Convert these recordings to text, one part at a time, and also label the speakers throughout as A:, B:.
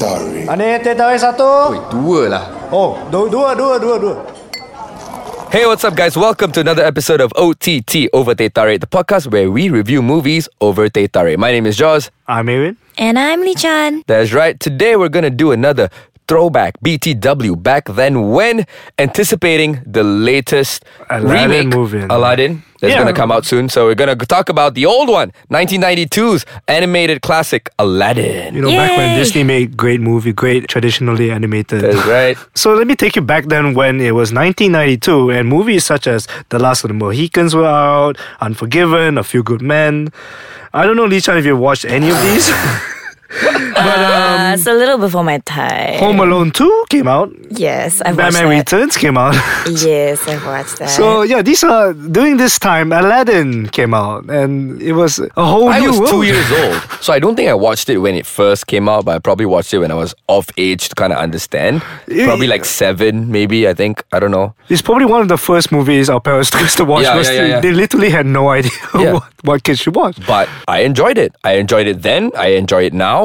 A: Anis takeaway satu.
B: Oi, dua lah.
A: Oh, dua, dua, dua, dua, dua.
C: Hey, what's up, guys? Welcome to another episode of OTT Over Teh Tarik, the podcast where we review movies over Teh Tarik. My name is Jaws.
A: I'm Aaron.
D: And I'm Lee Chan.
C: That's right. Today we're gonna do another throwback BTW back then when anticipating the latest
A: Aladdin
C: remake
A: movie.
C: Aladdin that's
A: Yeah.
C: gonna come out soon. So we're gonna talk about the old one, 1992's animated classic Aladdin.
E: You know, back when
D: Yay!
E: Disney made great movie, great traditionally animated.
C: That's right.
E: So let me take you back then when it was 1992 and movies such as The Last of the Mohicans were out, Unforgiven, A Few Good Men. I don't know, Lee Chan, if you watched any of these.
D: Uh, it's a little before my time.
E: Home Alone 2 came out,
D: Yes, I've watched
E: Batman
D: that.
E: Returns came out.
D: Yes, I've watched that.
E: so yeah, these are during this time Aladdin came out and it was a whole
C: I
E: new
C: was two
E: world.
C: years old, so I don't think I watched it when it first came out, but I probably watched it when I was of age to kind of understand. Probably like seven, maybe, I think. I don't know.
E: It's probably one of the first movies our parents took us to watch.
C: Yeah,
E: because
C: yeah, yeah, yeah.
E: They literally had no idea
C: Yeah.
E: what, what kids should watch.
C: But I enjoyed it. I enjoyed it then. I enjoy it now.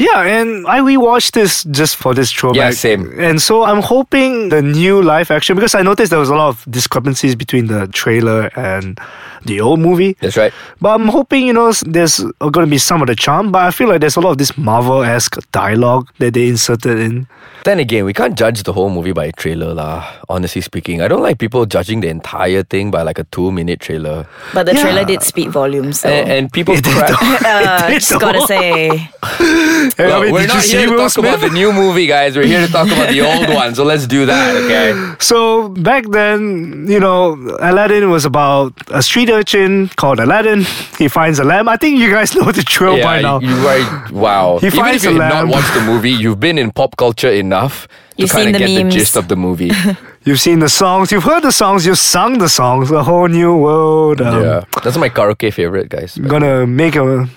E: Yeah, and I rewatched this just for this throwback.
C: Yeah, same.
E: And so I'm hoping the new live action because I noticed there was a lot of discrepancies between the trailer and the old movie.
C: That's right.
E: But I'm hoping you know s- there's going to be some of the charm. But I feel like there's a lot of this Marvel-esque dialogue that they inserted in.
C: Then again, we can't judge the whole movie by a trailer, lah. Honestly speaking, I don't like people judging the entire thing by like a two-minute trailer.
D: but the
E: yeah. Eh,
D: trailer did speak volumes. So.
C: And, and people crap.
D: uh,
E: did
D: just gotta
E: though.
D: say,
E: Hey, I
C: Well,
E: mean,
C: we're
E: did
C: not
E: you see
C: here to
E: Will
C: talk about
E: Smith?
C: the new movie, guys. We're here to talk about the old one. So let's do that, okay?
E: So back then, you know, Aladdin was about a street urchin called Aladdin. He finds a lamp. I think you guys know the drill by now.
C: you are wow.
E: He
C: Even if
E: finds
C: you
E: a
C: have not
E: lamb.
C: watched the movie, you've been in pop culture enough
D: You've
C: to kind
D: seen
C: of
D: the
C: get
D: memes.
C: the gist of the movie.
E: You've seen the songs, you've heard the songs, you've sung the songs, a whole new world. Um,
C: yeah, that's my karaoke favorite, guys.
E: Gonna make a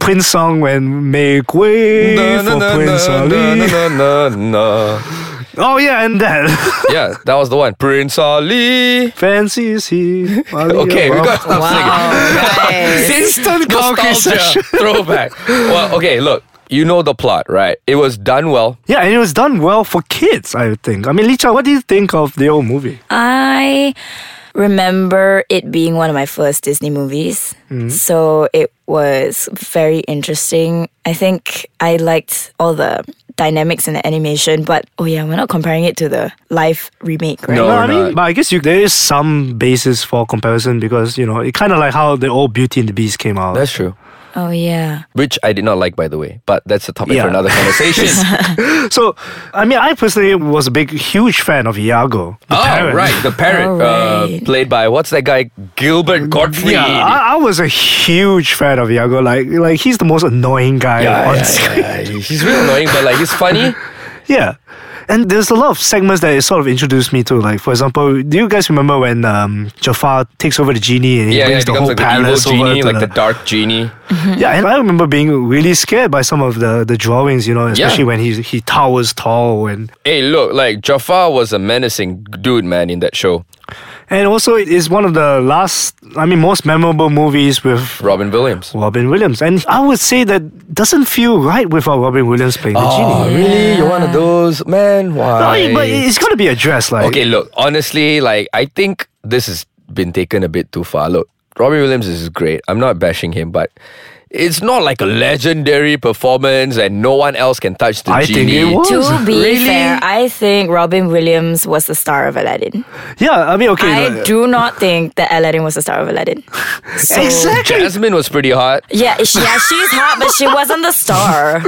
E: Prince song when make way
C: Na, na,
E: for
C: na,
E: Prince
C: na,
E: Ali.
C: na, na, na, na.
E: Oh yeah, and that
C: Yeah, that was the one. Prince Ali.
E: fancy is he. Ali,
C: Okay, we
E: wow.
C: got to stop singing.
D: guys.
E: instant karaoke
C: nostalgia
E: session.
C: throwback. Well, okay, look, you know the plot, right? It was done well.
E: Yeah, and it was done well for kids, I would think. I mean, Licha, what do you think of the old movie?
D: I remember it being one of my first Disney movies.
E: Mm-hmm.
D: So it was very interesting. I think I liked all the dynamics and the animation, but oh yeah, we're not comparing it to the live remake, right?
C: No,
E: I
C: we're
E: mean,
C: not.
E: but I guess you, there is some basis for comparison because you know it kind of like how the old Beauty and the Beast came out.
C: That's true.
D: Oh yeah.
C: Which I did not like, by the way. But that's a topic for
E: Yeah.
C: another conversation.
E: So, I mean, I personally was a big, huge fan of Iago. The
C: oh,
E: parrot.
C: right. The parrot, uh,
D: Alright.
C: played by, what's that guy? Gilbert Gottfried. Uh,
E: Yeah, I, I was a huge fan of Iago. Like, like he's the most annoying guy
C: yeah,
E: on
C: yeah,
E: screen.
C: yeah, yeah. He's really annoying, but like he's funny.
E: Yeah. And there's a lot of segments that it sort of introduced me to. Like, for example, do you guys remember when um, Jafar takes over the genie and he
C: Yeah, yeah,
E: brings
C: he
E: the
C: becomes
E: whole
C: like the evil
E: palace over
C: genie,
E: to
C: like
E: the,
C: the dark genie.
E: Yeah, and I remember being really scared by some of the, the drawings, you know, especially when he he towers tall and
C: Hey, look, like Jafar was a menacing dude, man, in that show.
E: and also it is one of the last, I mean, most memorable movies with
C: Robin Williams.
E: Robin Williams, and I would say that doesn't feel right without Robin Williams playing the
C: Oh,
E: genie.
C: really? You're one of those? Man,
E: No,
C: why?
E: it- but it's got to be addressed, like
C: Okay, look, honestly, like I think this has been taken a bit too far. Look, Robbie Williams is great. I'm not bashing him, but it's not like a legendary performance and no one else can touch the
E: I think
C: genie.
E: it was.
D: To be
C: Really?
D: fair, I think Robin Williams was the star of Aladdin.
E: Yeah, I mean, okay,
D: I
E: like-
D: do not think that Aladdin was the star of Aladdin. So,
E: exactly.
C: Jasmine was pretty hot.
D: Yeah, she, yeah, she's hot, but she wasn't the star.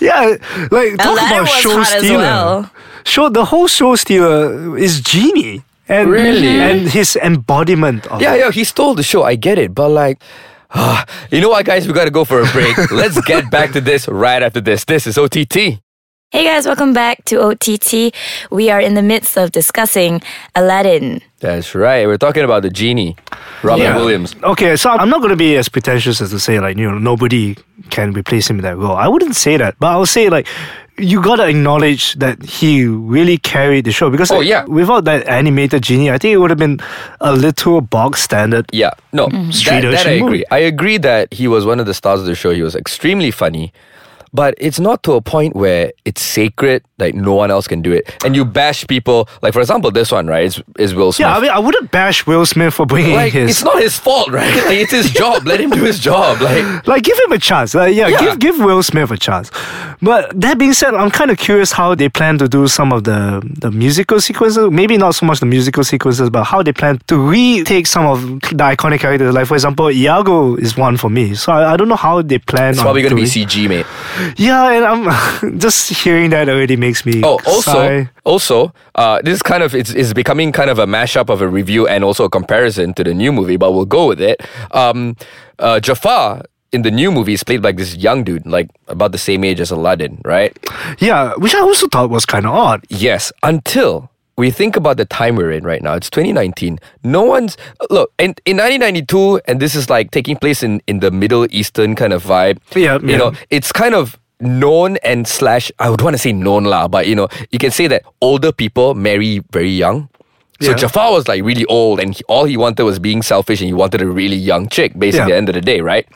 E: Yeah, like talk
D: Aladdin
E: about
D: was
E: show
D: hot as
E: stealer.
D: well.
E: Show the whole show stealer is genie, and
C: Really?
E: and his embodiment of
C: Yeah, yeah, he stole the show. I get it, but like. ah, you know what, guys? We gotta go for a break. Let's get back to this right after this. This is OTT.
D: Hey guys, welcome back to OTT. We are in the midst of discussing Aladdin.
C: That's right. We're talking about the genie, Robin
E: Yeah.
C: Williams.
E: Okay, so I'm not going to be as pretentious as to say like you know nobody can replace him in that role. I wouldn't say that, but I'll say like you got to acknowledge that he really carried the show because
C: Oh,
E: like,
C: yeah.
E: without that animated genie, I think it would have been a little bog standard.
C: Yeah, no, that,
E: Straight
C: that I
E: Mm-hmm. Ocean
C: agree.
E: movie.
C: I agree that he was one of the stars of the show. He was extremely funny, but it's not to a point where it's sacred, like no one else can do it. And you bash people, like for example, this one, right? Is, is Will Smith.
E: Yeah, I mean, I wouldn't bash Will Smith for bringing
C: like
E: his.
C: it's not his fault, right? Like it's his job. Let him do his job. Like
E: like give him a chance. Like, yeah,
C: Yeah.
E: give give Will Smith a chance. But that being said, I'm kind of curious how they plan to do some of the the musical sequences. Maybe not so much the musical sequences, but how they plan to retake some of the iconic characters. Like for example, Iago is one for me. So I, I don't know how they plan.
C: it's
E: on
C: probably gonna be
E: doing-
C: CG, mate.
E: Yeah, and I'm just hearing that already makes me.
C: Oh, also,
E: sigh.
C: also, uh, this is kind of it's, it's becoming kind of a mashup of a review and also a comparison to the new movie, but we'll go with it. Um, uh, Jafar in the new movie is played by this young dude, like about the same age as Aladdin, right?
E: Yeah, which I also thought was kind of odd.
C: Yes, until we think about the time we're in right now. It's 2019. No one's look, and in 1992, and this is like taking place in in the Middle Eastern kind of vibe.
E: Yeah,
C: you
E: yeah.
C: know, it's kind of known and slash. I would want to say known lah, but you know, you can say that older people marry very young. So
E: Yeah.
C: Jafar was like really old, and he, all he wanted was being selfish, and he wanted a really young chick, basically.
E: Yeah.
C: At the end of the day, right?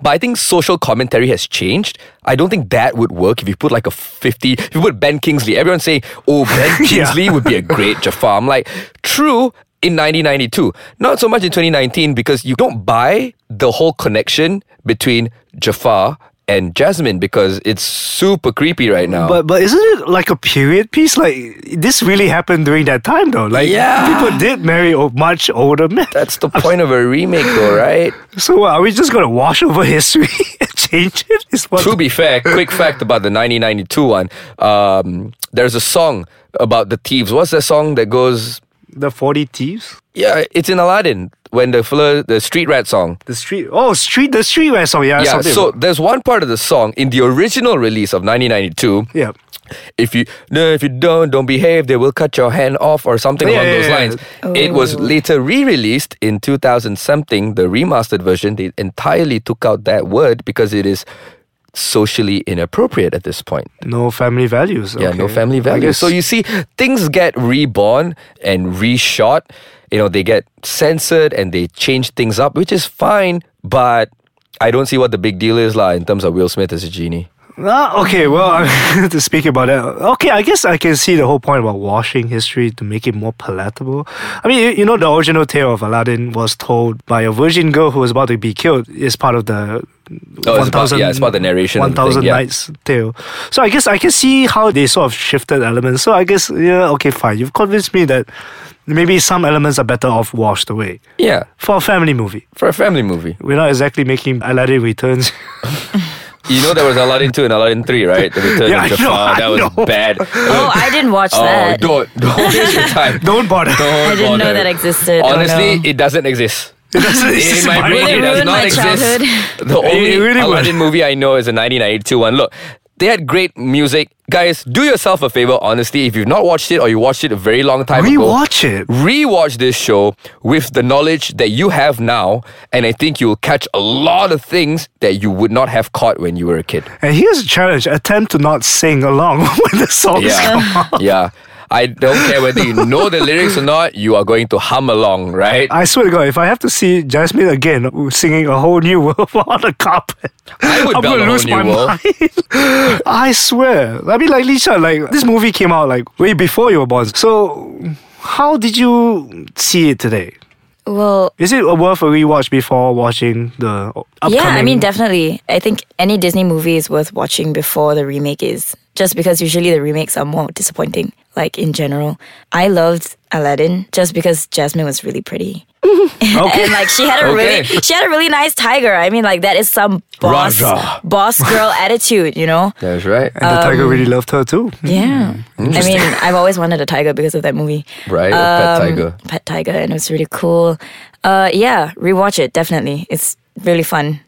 C: But I think social commentary has changed. I don't think that would work if you put like a 50, if you put Ben Kingsley, everyone's saying, oh, Ben Kingsley would be a great Jafar. I'm like, true in 1992, not so much in 2019 because you don't buy the whole connection between Jafar and Jasmine because it's super creepy right now.
E: But but isn't it like a period piece? Like this really happened during that time though. Like
C: Yeah.
E: people did marry o- much older men.
C: that's the point of a remake, though, right?
E: So what, are we just gonna wash over history and change it? Is what
C: to be fair, quick fact about the 1992 one. Um, there's a song about the thieves. What's the song that goes?
E: the forty thieves?
C: Yeah, it's in Aladdin when the fla- the street rat song.
E: The street oh street the street where song, yeah, Uh,
C: Yeah,
E: something.
C: so there's one part of the song in the original release of 1992.
E: yeah.
C: If you no, if you don't don't behave, they will cut your hand off or something
E: Yeah,
C: along
E: yeah,
C: those
E: yeah.
C: lines. It was later re-released in 2000 something, the remastered version. They entirely took out that word because it is socially inappropriate at this point.
E: No family values.
C: Yeah,
E: okay.
C: no family
E: I
C: values.
E: guess-
C: So you see, things get reborn and reshot. You know, they get censored and they change things up, which is fine. But I don't see what the big deal is, lah, in terms of Will Smith as a genie.
E: Ah, okay, well, to speak about that, okay, I guess I can see the whole point about washing history to make it more palatable. I mean, you, you know, the original tale of Aladdin was told by a virgin girl who was about to be killed is part of the
C: Oh, it's about- yeah, it's about the narration and
E: 1000
C: thing, yeah.
E: Nights tale. So I guess I can see how they sort of shifted elements. So I guess, yeah, okay, fine. You've convinced me that maybe some elements are better off washed away
C: Yeah,
E: for a family movie.
C: for a family movie.
E: We're not exactly making Aladdin returns.
C: You know, there was Aladdin 2 and Aladdin 3, right? The Return
E: Yeah, I
C: of
E: know,
C: Jafar.
E: I
C: that was
E: know.
C: bad.
D: Oh, I didn't watch
C: oh,
D: that.
C: don't, don't waste your time.
E: Don't bother.
C: Don't
D: I didn't know
C: bother.
D: that existed. Oh,
C: Honestly,
D: no.
C: it doesn't exist.
E: It's
C: in my brain,
D: Really
C: it does
D: ruined
C: not
D: my
C: exist.
D: childhood.
C: The only
E: really would.
C: Aladdin movie I know is a 1992 one. Look, they had great music. Guys, do yourself a favor, honestly, if you've not watched it or you watched it a very long time ago.
E: Rewatch it.
C: Rewatch this show with the knowledge that you have now, and I think you'll catch a lot of things that you would not have caught when you were a kid.
E: And here's a challenge: attempt to not sing along when the songs come.
C: Yeah. yeah. I don't care whether you know the lyrics or not, you are going to hum along, right?
E: I swear to God, if I have to see Jasmine again singing a whole new world on the carpet,
C: I would
E: I'm gonna
C: belt a whole
E: lose
C: new
E: my
C: world.
E: mind. I swear. I mean, like Lisa, like this movie came out like way before you were born. So, how did you see it today?
D: well,
E: Is it worth a rewatch before watching the upcoming?
D: yeah, I mean, definitely. I think any Disney movie is worth watching before the remake is, just because usually the remakes are more disappointing, like in general. I loved Aladdin just because Jasmine was really pretty.
E: Okay.
D: And like she had a really
C: Okay.
D: she had a really nice tiger. I mean like that is some boss
E: Raja.
D: boss girl attitude, you know?
C: That's right.
E: and the tiger really
D: um,
E: loved her too.
D: Yeah. I mean, I've always wanted a tiger because of that movie.
C: Right, a pet
D: Um,
C: tiger.
D: Pet tiger, and it was really cool. Uh, yeah, rewatch it, definitely. It's really fun.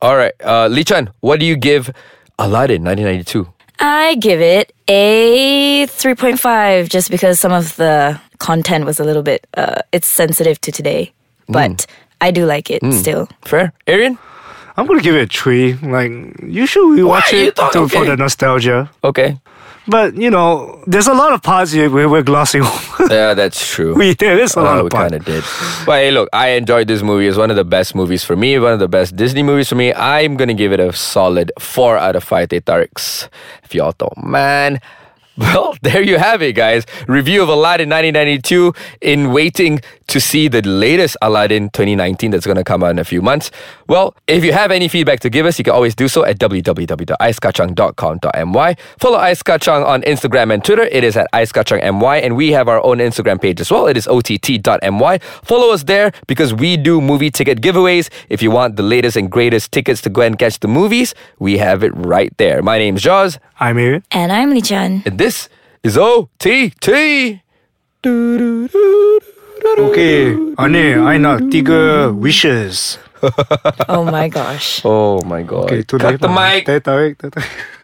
C: All right, uh, Lee Chan, what do you give Aladdin 1992?
D: I give it a 3.5 just because some of the content was a little bit, uh, it's sensitive to today. But I do like it still.
C: Fair, Arian?
E: I'm gonna give it a three. Like you should rewatch
C: You
E: it
C: thought-
E: to, for
C: okay.
E: the nostalgia.
C: Okay,
E: But you know, there's a lot of parts here we're, we're glossing over.
C: Yeah, that's true.
E: we there is a lot
C: Uh,
E: of
C: we
E: parts.
C: kind of did. But hey, look, I enjoyed this movie. It's one of the best movies for me. One of the best Disney movies for me. I'm gonna give it a solid four out of five Tetarics. If y'all don't mind. Well, there you have it, guys. Review of Aladdin 1992 in waiting to see the latest Aladdin 2019 that's going to come out in a few months. Well, if you have any feedback to give us, you can always do so at www.icekachang.com.my. Follow Ice Kachang on Instagram and Twitter. It is at icekachangmy, and we have our own Instagram page as well. It is ott.my. Follow us there because we do movie ticket giveaways. If you want the latest and greatest tickets to go and catch the movies, we have it right there. My name's Jaws,
E: I'm here.
D: And I'm Lee Chan.
C: and this is OTT.
E: Okay. Ani, I know. Tiga wishes.
D: Oh my gosh.
C: Oh my god.
E: Okay,
C: Cut the mic.
E: Tarik, tarik.